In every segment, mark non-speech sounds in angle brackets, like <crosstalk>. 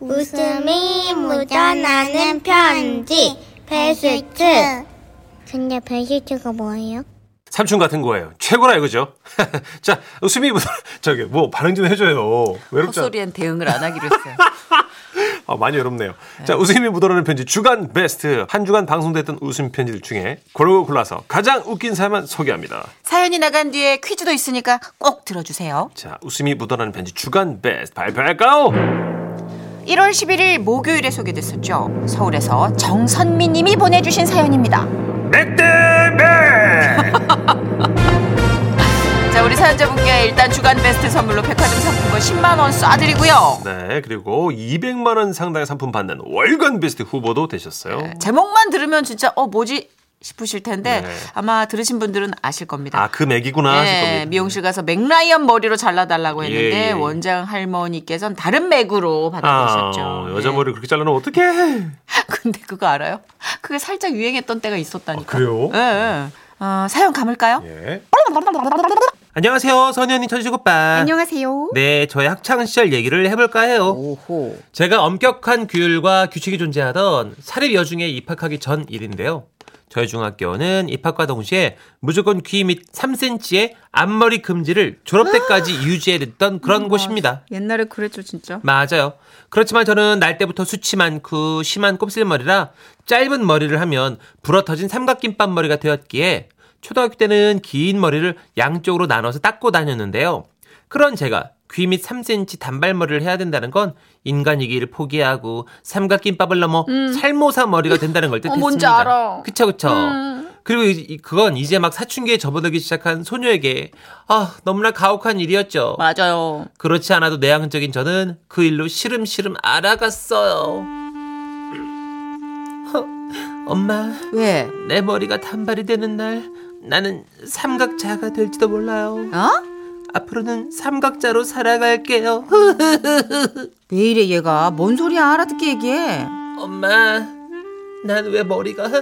웃음이 묻어나는 편지 베스트 근데 베스트가 뭐예요? 삼촌 같은 거예요. 최고라 이거죠. <laughs> 자, 수미 분, <laughs> 저기 뭐 반응 좀 해줘요. 외롭죠. 헛소리엔 대응을 안 하기로 했어요. <laughs> 아, 많이 어렵네요. 자, 웃음이 묻어나는 편지 주간 베스트 한 주간 방송됐던 웃음 편지들 중에 고르고 골라서 가장 웃긴 사연만 소개합니다. 사연이 나간 뒤에 퀴즈도 있으니까 꼭 들어주세요. 자, 웃음이 묻어나는 편지 주간 베스트 발표할까요? 1월 11일 목요일에 소개됐었죠. 서울에서 정선미 님이 보내주신 사연입니다. 맥대맥 <laughs> 자, 우리 사연자분께 일단 주간 베스트 선물로 백화점 상품권 10만원 쏴드리고요. 네, 그리고 200만 원 상당의 상품 받는 월간 베스트 후보도 네. 되셨어요. 제목만 들으면 진짜, 어, 뭐지? 싶으실 텐데 네. 아마 들으신 분들은 아실 겁니다. 아, 그 맥이구나 하실 예, 겁니다. 미용실 가서 맥라이언 머리로 잘라달라고 예, 했는데 예. 원장 할머니께서는 다른 맥으로 아, 받아보셨죠. 네. 어, 여자 머리를 그렇게 잘라놓으면 어떡해? <laughs> 근데 그거 알아요? 그게 살짝 유행했던 때가 있었다니까. 아, 그래요? 예, 예. 어, 사연 감을까요? 예. 안녕하세요, 선현이 천식 오빠. 안녕하세요. 네, 저의 학창시절 얘기를 해볼까 해요. 오호. 제가 엄격한 규율과 규칙이 존재하던 사립 여중에 입학하기 전 일인데요. 저희 중학교는 입학과 동시에 무조건 귀 및 3cm의 앞머리 금지를 졸업 때까지 유지해냈던 그런 곳입니다. 옛날에 그랬죠, 진짜. 맞아요. 그렇지만 저는 날 때부터 수치 많고 심한 곱슬머리라 짧은 머리를 하면 불어터진 삼각김밥 머리가 되었기에 초등학교 때는 긴 머리를 양쪽으로 나눠서 닦고 다녔는데요. 그런 제가 귀 및 3cm 단발머리를 해야 된다는 건 인간이기를 포기하고 삼각김밥을 넘어 살모사 머리가 된다는 걸 음. <laughs> 어, 뜻했습니다. 뭔지 알아. 음. 그쵸 그쵸. 그리고 이- 이- 그건 이제 막 사춘기에 접어들기 시작한 소녀에게 아 너무나 가혹한 일이었죠. 맞아요. 그렇지 않아도 내향적인 저는 그 일로 시름시름 알아갔어요. 허, 엄마, 왜? 내 머리가 단발이 되는 날 나는 삼각자가 될지도 몰라요. 어? <laughs> 앞으로는 삼각자로 살아갈게요. 어, 왜 이래 얘가? 뭔 소리야? 알아듣게 얘기해. 엄마, 난 왜 머리가 어,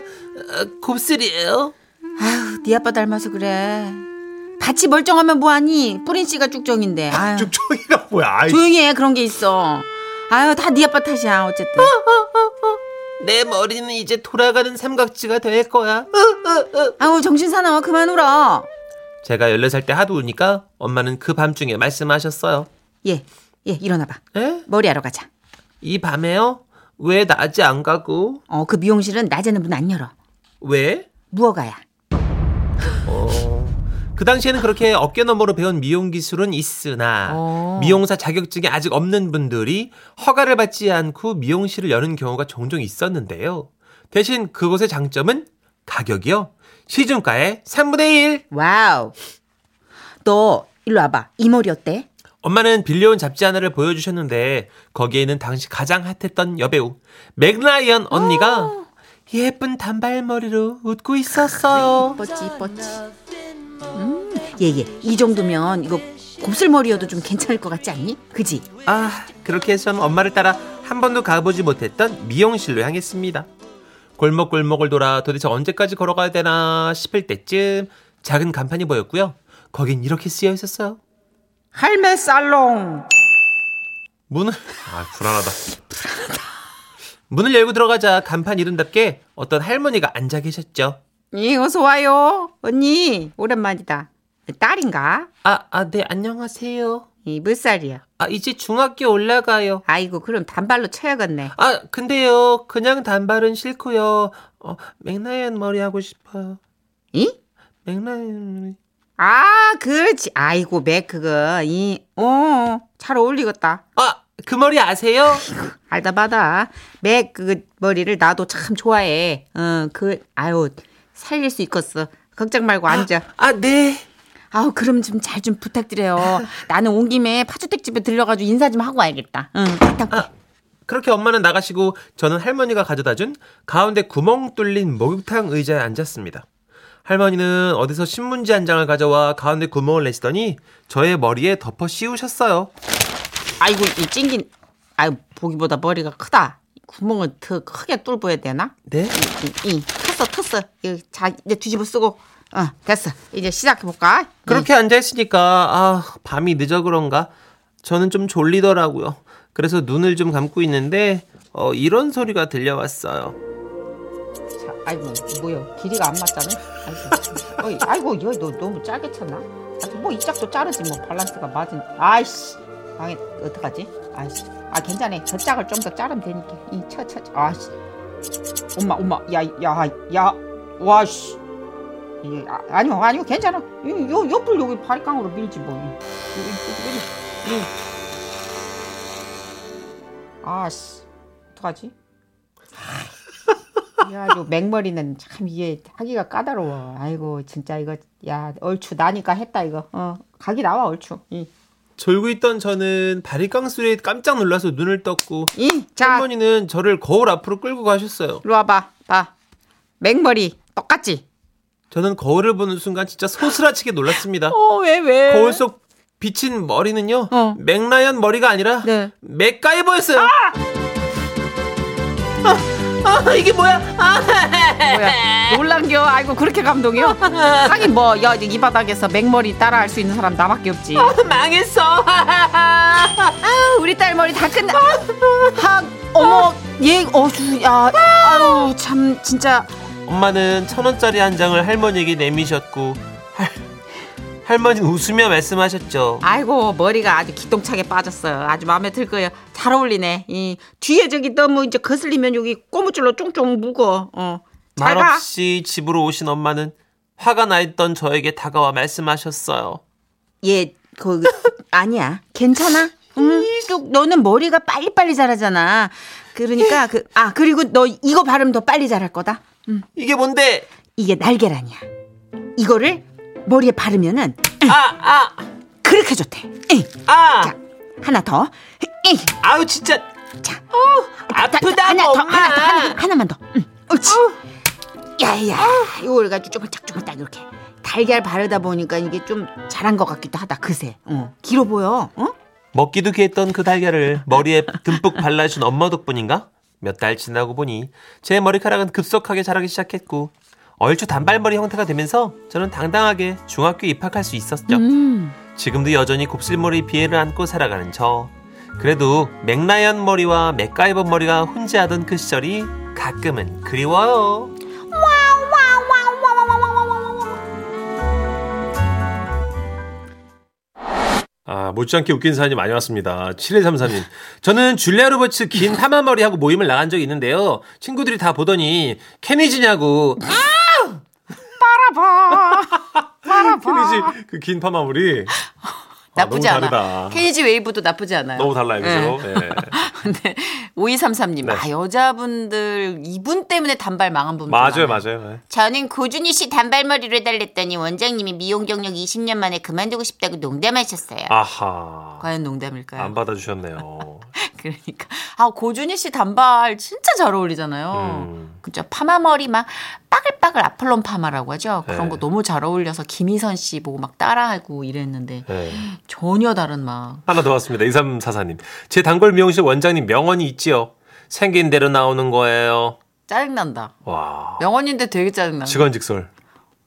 곱슬이에요? 아휴, 네 아빠 닮아서 그래. 밭이 멀쩡하면 뭐하니? 뿌린 씨가 쭉정인데. 아유, 쭉쭉이가 뭐야? 아이. 조용히 해. 그런 게 있어. 아유, 다 네 아빠 탓이야. 어쨌든. 내 머리는 이제 돌아가는 삼각지가 될 거야. 어. 아우, 정신 사나워. 그만 울어. 제가 14살 때 하도 우니까 엄마는 그 밤중에 말씀하셨어요. 예, 예, 일어나봐. 에? 머리하러 가자. 이 밤에요? 왜 낮에 안 가고? 어, 그 미용실은 낮에는 문 안 열어. 왜? 무어가야. 그 당시에는 그렇게 어깨 너머로 배운 미용 기술은 있으나 어. 미용사 자격증이 아직 없는 분들이 허가를 받지 않고 미용실을 여는 경우가 종종 있었는데요. 대신 그곳의 장점은 가격이요. 시중가의 3분의 1. 와우. 너 일로 와봐. 이 머리 어때? 엄마는 빌려온 잡지 하나를 보여주셨는데 거기에는 당시 가장 핫했던 여배우 맥라이언 언니가 예쁜 단발머리로 웃고 있었어요. 뻗지 뻗지. 음, 예예. 이 정도면 이거 곱슬머리여도 좀 괜찮을 것 같지 않니? 그지? 아, 그렇게 해서 저는 엄마를 따라 한 번도 가보지 못했던 미용실로 향했습니다. 골목골목을 돌아 도대체 언제까지 걸어가야 되나 싶을 때쯤 작은 간판이 보였고요. 거긴 이렇게 쓰여 있었어요. 할매 살롱. 문을 <laughs> 아 불안하다. 문을 열고 들어가자 간판 이름답게 어떤 할머니가 앉아 계셨죠. 예, 어서 와요. 언니 오랜만이다. 딸인가? 아, 아, 네, 안녕하세요. 이, 몇 살이야? 아, 이제 중학교 올라가요. 아이고 그럼 단발로 쳐야겠네. 아, 근데요, 그냥 단발은 싫고요. 어, 맥라이언 머리 하고 싶어요. 이? 맥라이언 머리. 아 그렇지. 아이고 맥 그거 이. 어, 잘 어울리겠다. 아, 그 머리 아세요? 알다 마다 맥 그 머리를 나도 참 좋아해. 어 그 아유 살릴 수 있겠어. 걱정 말고 앉아. 아, 네. 아우 그럼 좀 잘 좀 <laughs> 부탁드려요. 나는 온 김에 파주택 집에 들려가지고 인사 좀 하고 와야겠다. 응. 부탁. 그렇게 엄마는 나가시고 저는 할머니가 가져다 준 가운데 구멍 뚫린 목욕탕 의자에 앉았습니다. 할머니는 어디서 신문지 한 장을 가져와 가운데 구멍을 내시더니 저의 머리에 덮어 씌우셨어요. 아이고 이 찡긴. 아유 보기보다 머리가 크다. 구멍을 더 크게 뚫어야 되나? 네? 이, 이, 이. 텄어 텄어. 이거 자 이제 뒤집어 쓰고. 어 됐어. 이제 시작해 볼까? 네. 그렇게 앉아있으니까, 아, 밤이 늦어 그런가? 저는 좀 졸리더라고요. 그래서 눈을 좀 감고 있는데 어, 이런 소리가 들려왔어요. 자, 아이고 뭐야 길이가 안 맞잖아. 아이고, 어이, 아이고 이거 너 너무 짜게 쳤나? 아주 뭐이 짝도 자르지 뭐 밸런스가 맞은. 아이씨, 망해 어떡하지? 아이씨, 아 괜찮아. 저 짝을 좀 더 자르면 되니까 이쳐쳐 아이씨. 엄마 엄마 야야야 와씨. 이 아, 아니요 아니요 괜찮아. 이, 요 옆을 여기 발깡으로 밀지 뭐. 이, 이, 이, 이, 이. 아씨, 어떡하지? 야, 요 맹머리는 참 이게 하기가 까다로워. 아이고, 진짜 이거 야, 얼추 나니까 했다 이거. 어, 각이 나와 얼추. 이, 졸고 있던 저는 바리깡 소리에 깜짝 놀라서 눈을 떴고 이, 자, 할머니는 저를 거울 앞으로 끌고 가셨어요. 이리 와봐, 봐. 맹머리 똑같지? 저는 거울을 보는 순간 진짜 소스라치게 놀랐습니다. 어, 왜 왜? 거울 속 비친 머리는요. 어. 맥라이언 머리가 아니라 네. 맥가이버였어요. 아! 아, 이게 뭐야? 아, 뭐야? 놀란겨. 아이고, 그렇게 감동이요? 하긴 뭐, 야, 이제 이 바닥에서 맹머리 따라할 수 있는 사람 나밖에 없지. 망했어. 아, 우리 딸 머리 다 끝나. 하, 어머, 얘, 어주, 야, 아유, 참, 진짜. 엄마는 천 원짜리 한 장을 할머니에게 내미셨고 할, 할머니는 웃으며 말씀하셨죠. 아이고 머리가 아주 기똥차게 빠졌어요. 아주 마음에 들 거예요. 잘 어울리네. 이 뒤에 저기 너무 이제 거슬리면 여기 고무줄로 쫑쫑 묶어. 어. 잘 가. 말없이 집으로 오신 엄마는 화가 나 있던 저에게 다가와 말씀하셨어요. 얘 그 <laughs> 아니야. 괜찮아. 응. 쭉 너는 머리가 빨리빨리 자라잖아. 그러니까 그 아 그리고 너 이거 바르면 더 빨리 자랄 거다. 이게 뭔데? 이게 날계란이야. 이거를 머리에 바르면은 아, 그렇게 좋대. 에이. 아, 아, 자, 하나 더. 에이. 아우 진짜 자. 아프다 하나 더, 엄마. 하나 더, 하나, 하나만 더. 응. 옳지. 야야, 이걸 가지고 쪼물짝쪼물딱 이렇게 달걀 바르다 보니까 이게 좀 자란 것 같기도 하다. 그새. 어, 길어 보여. 어? 먹기도 귀했던 그 달걀을 머리에 듬뿍 발라준 엄마 덕분인가? 몇 달 지나고 보니 제 머리카락은 급속하게 자라기 시작했고 얼추 단발머리 형태가 되면서 저는 당당하게 중학교 에 입학할 수 있었죠. 지금도 여전히 곱슬머리 비애를 안고 살아가는 저. 그래도 맥라이언 머리와 맥가이버 머리가 혼재하던 그 시절이 가끔은 그리워요. 아, 못지않게 웃긴 사연이 많이 왔습니다. 7134님. 저는 줄리아 로버츠 긴 파마머리하고 모임을 나간 적이 있는데요. 친구들이 다 보더니 케니지냐고. <laughs> 케니지 그 긴 파마머리. 나쁘지 너무 않아. 다르다. 케이지 웨이브도 나쁘지 않아요. 너무 달라요. 그죠? 네. 예. 근데 5233님, 네. 아, 여자분들 이분 때문에 단발 망한 분 맞아요, 맞아요. 네. 예. 저는 고준희 씨 단발머리를 달랬더니 원장님이 미용 경력 20년 만에 그만두고 싶다고 농담하셨어요. 아하. 과연 농담일까요? 안 받아주셨네요. <laughs> 그러니까 아 고준희 씨 단발 진짜 잘 어울리잖아요. 음. 그죠? 파마 머리 막 빠글빠글 아플론 파마라고 하죠. 그런 네. 거 너무 잘 어울려서 김희선 씨 보고 막 따라하고 이랬는데 예. 전혀 다른 막 하나 더 왔습니다. 2344님. 제 단골 미용실 원장님 명언이 있지요. 생긴 대로 나오는 거예요. 짜증난다. 와. 명언인데 되게 짜증나. 직원직설.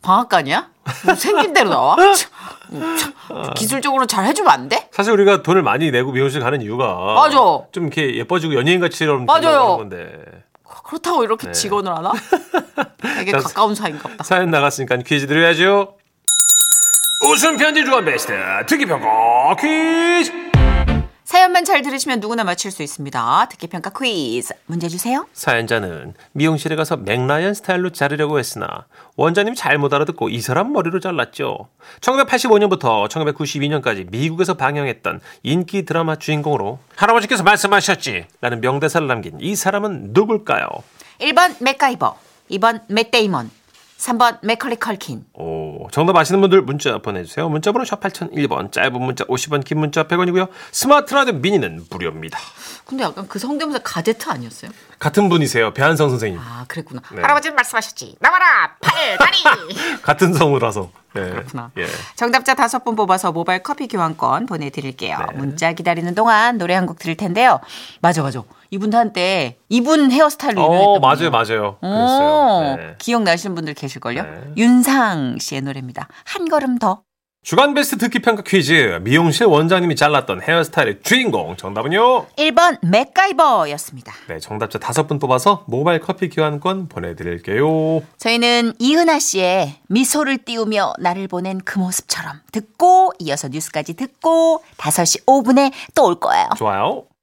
방앗간이야? 뭐 생긴 <laughs> 대로 나와? 참, 뭐 참, 기술적으로 잘 해주면 안 돼? 사실 우리가 돈을 많이 내고 미용실 가는 이유가 맞아. 좀 이렇게 예뻐지고 연예인같이처럼 맞아요. 되려고 하는 건데 그렇다고 이렇게 직원을 하나? 되게 네. 자, 가까운 사이인가 보다. 사연 나갔으니까 퀴즈 드려야죠. 웃음 편지 주간 베스트 특기평가 퀴즈. 사연만 잘 들으시면 누구나 맞힐 수 있습니다. 듣기평가 퀴즈. 문제 주세요. 사연자는 미용실에 가서 맥라이언 스타일로 자르려고 했으나 원장님이 잘못 알아듣고 이 사람 머리로 잘랐죠. 1985년부터 1992년까지 미국에서 방영했던 인기 드라마 주인공으로 할아버지께서 말씀하셨지. 라는 명대사를 남긴 이 사람은 누굴까요? 1번 맥가이버, 2번 맥데이먼, 3번 맥컬리 컬킨. 오, 정답 아시는 분들 문자 보내주세요. 문자번호 샵 8001번, 짧은 문자 50원, 긴 문자 100원이고요. 스마트 라디오 미니는 무료입니다. 근데 약간 그 성대모사 가제트 아니었어요? 같은 분이세요. 배한성 선생님. 아, 그랬구나. 네. 할아버지는 말씀하셨지. 나와라! 팔, 다리! 같은 성우라서. 네. 그렇구나. 예. 정답자 다섯 분 뽑아서 모바일 커피 교환권 보내드릴게요. 네. 문자 기다리는 동안 노래 한 곡 들을 텐데요. 맞아, 맞아. 이분도 한때 이분 헤어스타일로 어, 맞아요, 유명했던 맞아요. 오, 그랬어요. 네. 기억나시는 분들 계실걸요? 네. 윤상 씨의 노래입니다. 한 걸음 더. 주간 베스트 듣기 평가 퀴즈. 미용실 원장님이 잘랐던 헤어스타일의 주인공. 정답은요? 1번 맥가이버였습니다. 네, 정답자 다섯 분 뽑아서 모바일 커피 교환권 보내드릴게요. 저희는 이은하 씨의 미소를 띄우며 나를 보낸 그 모습처럼 듣고 이어서 뉴스까지 듣고 5시 5분에 또 올 거예요. 좋아요.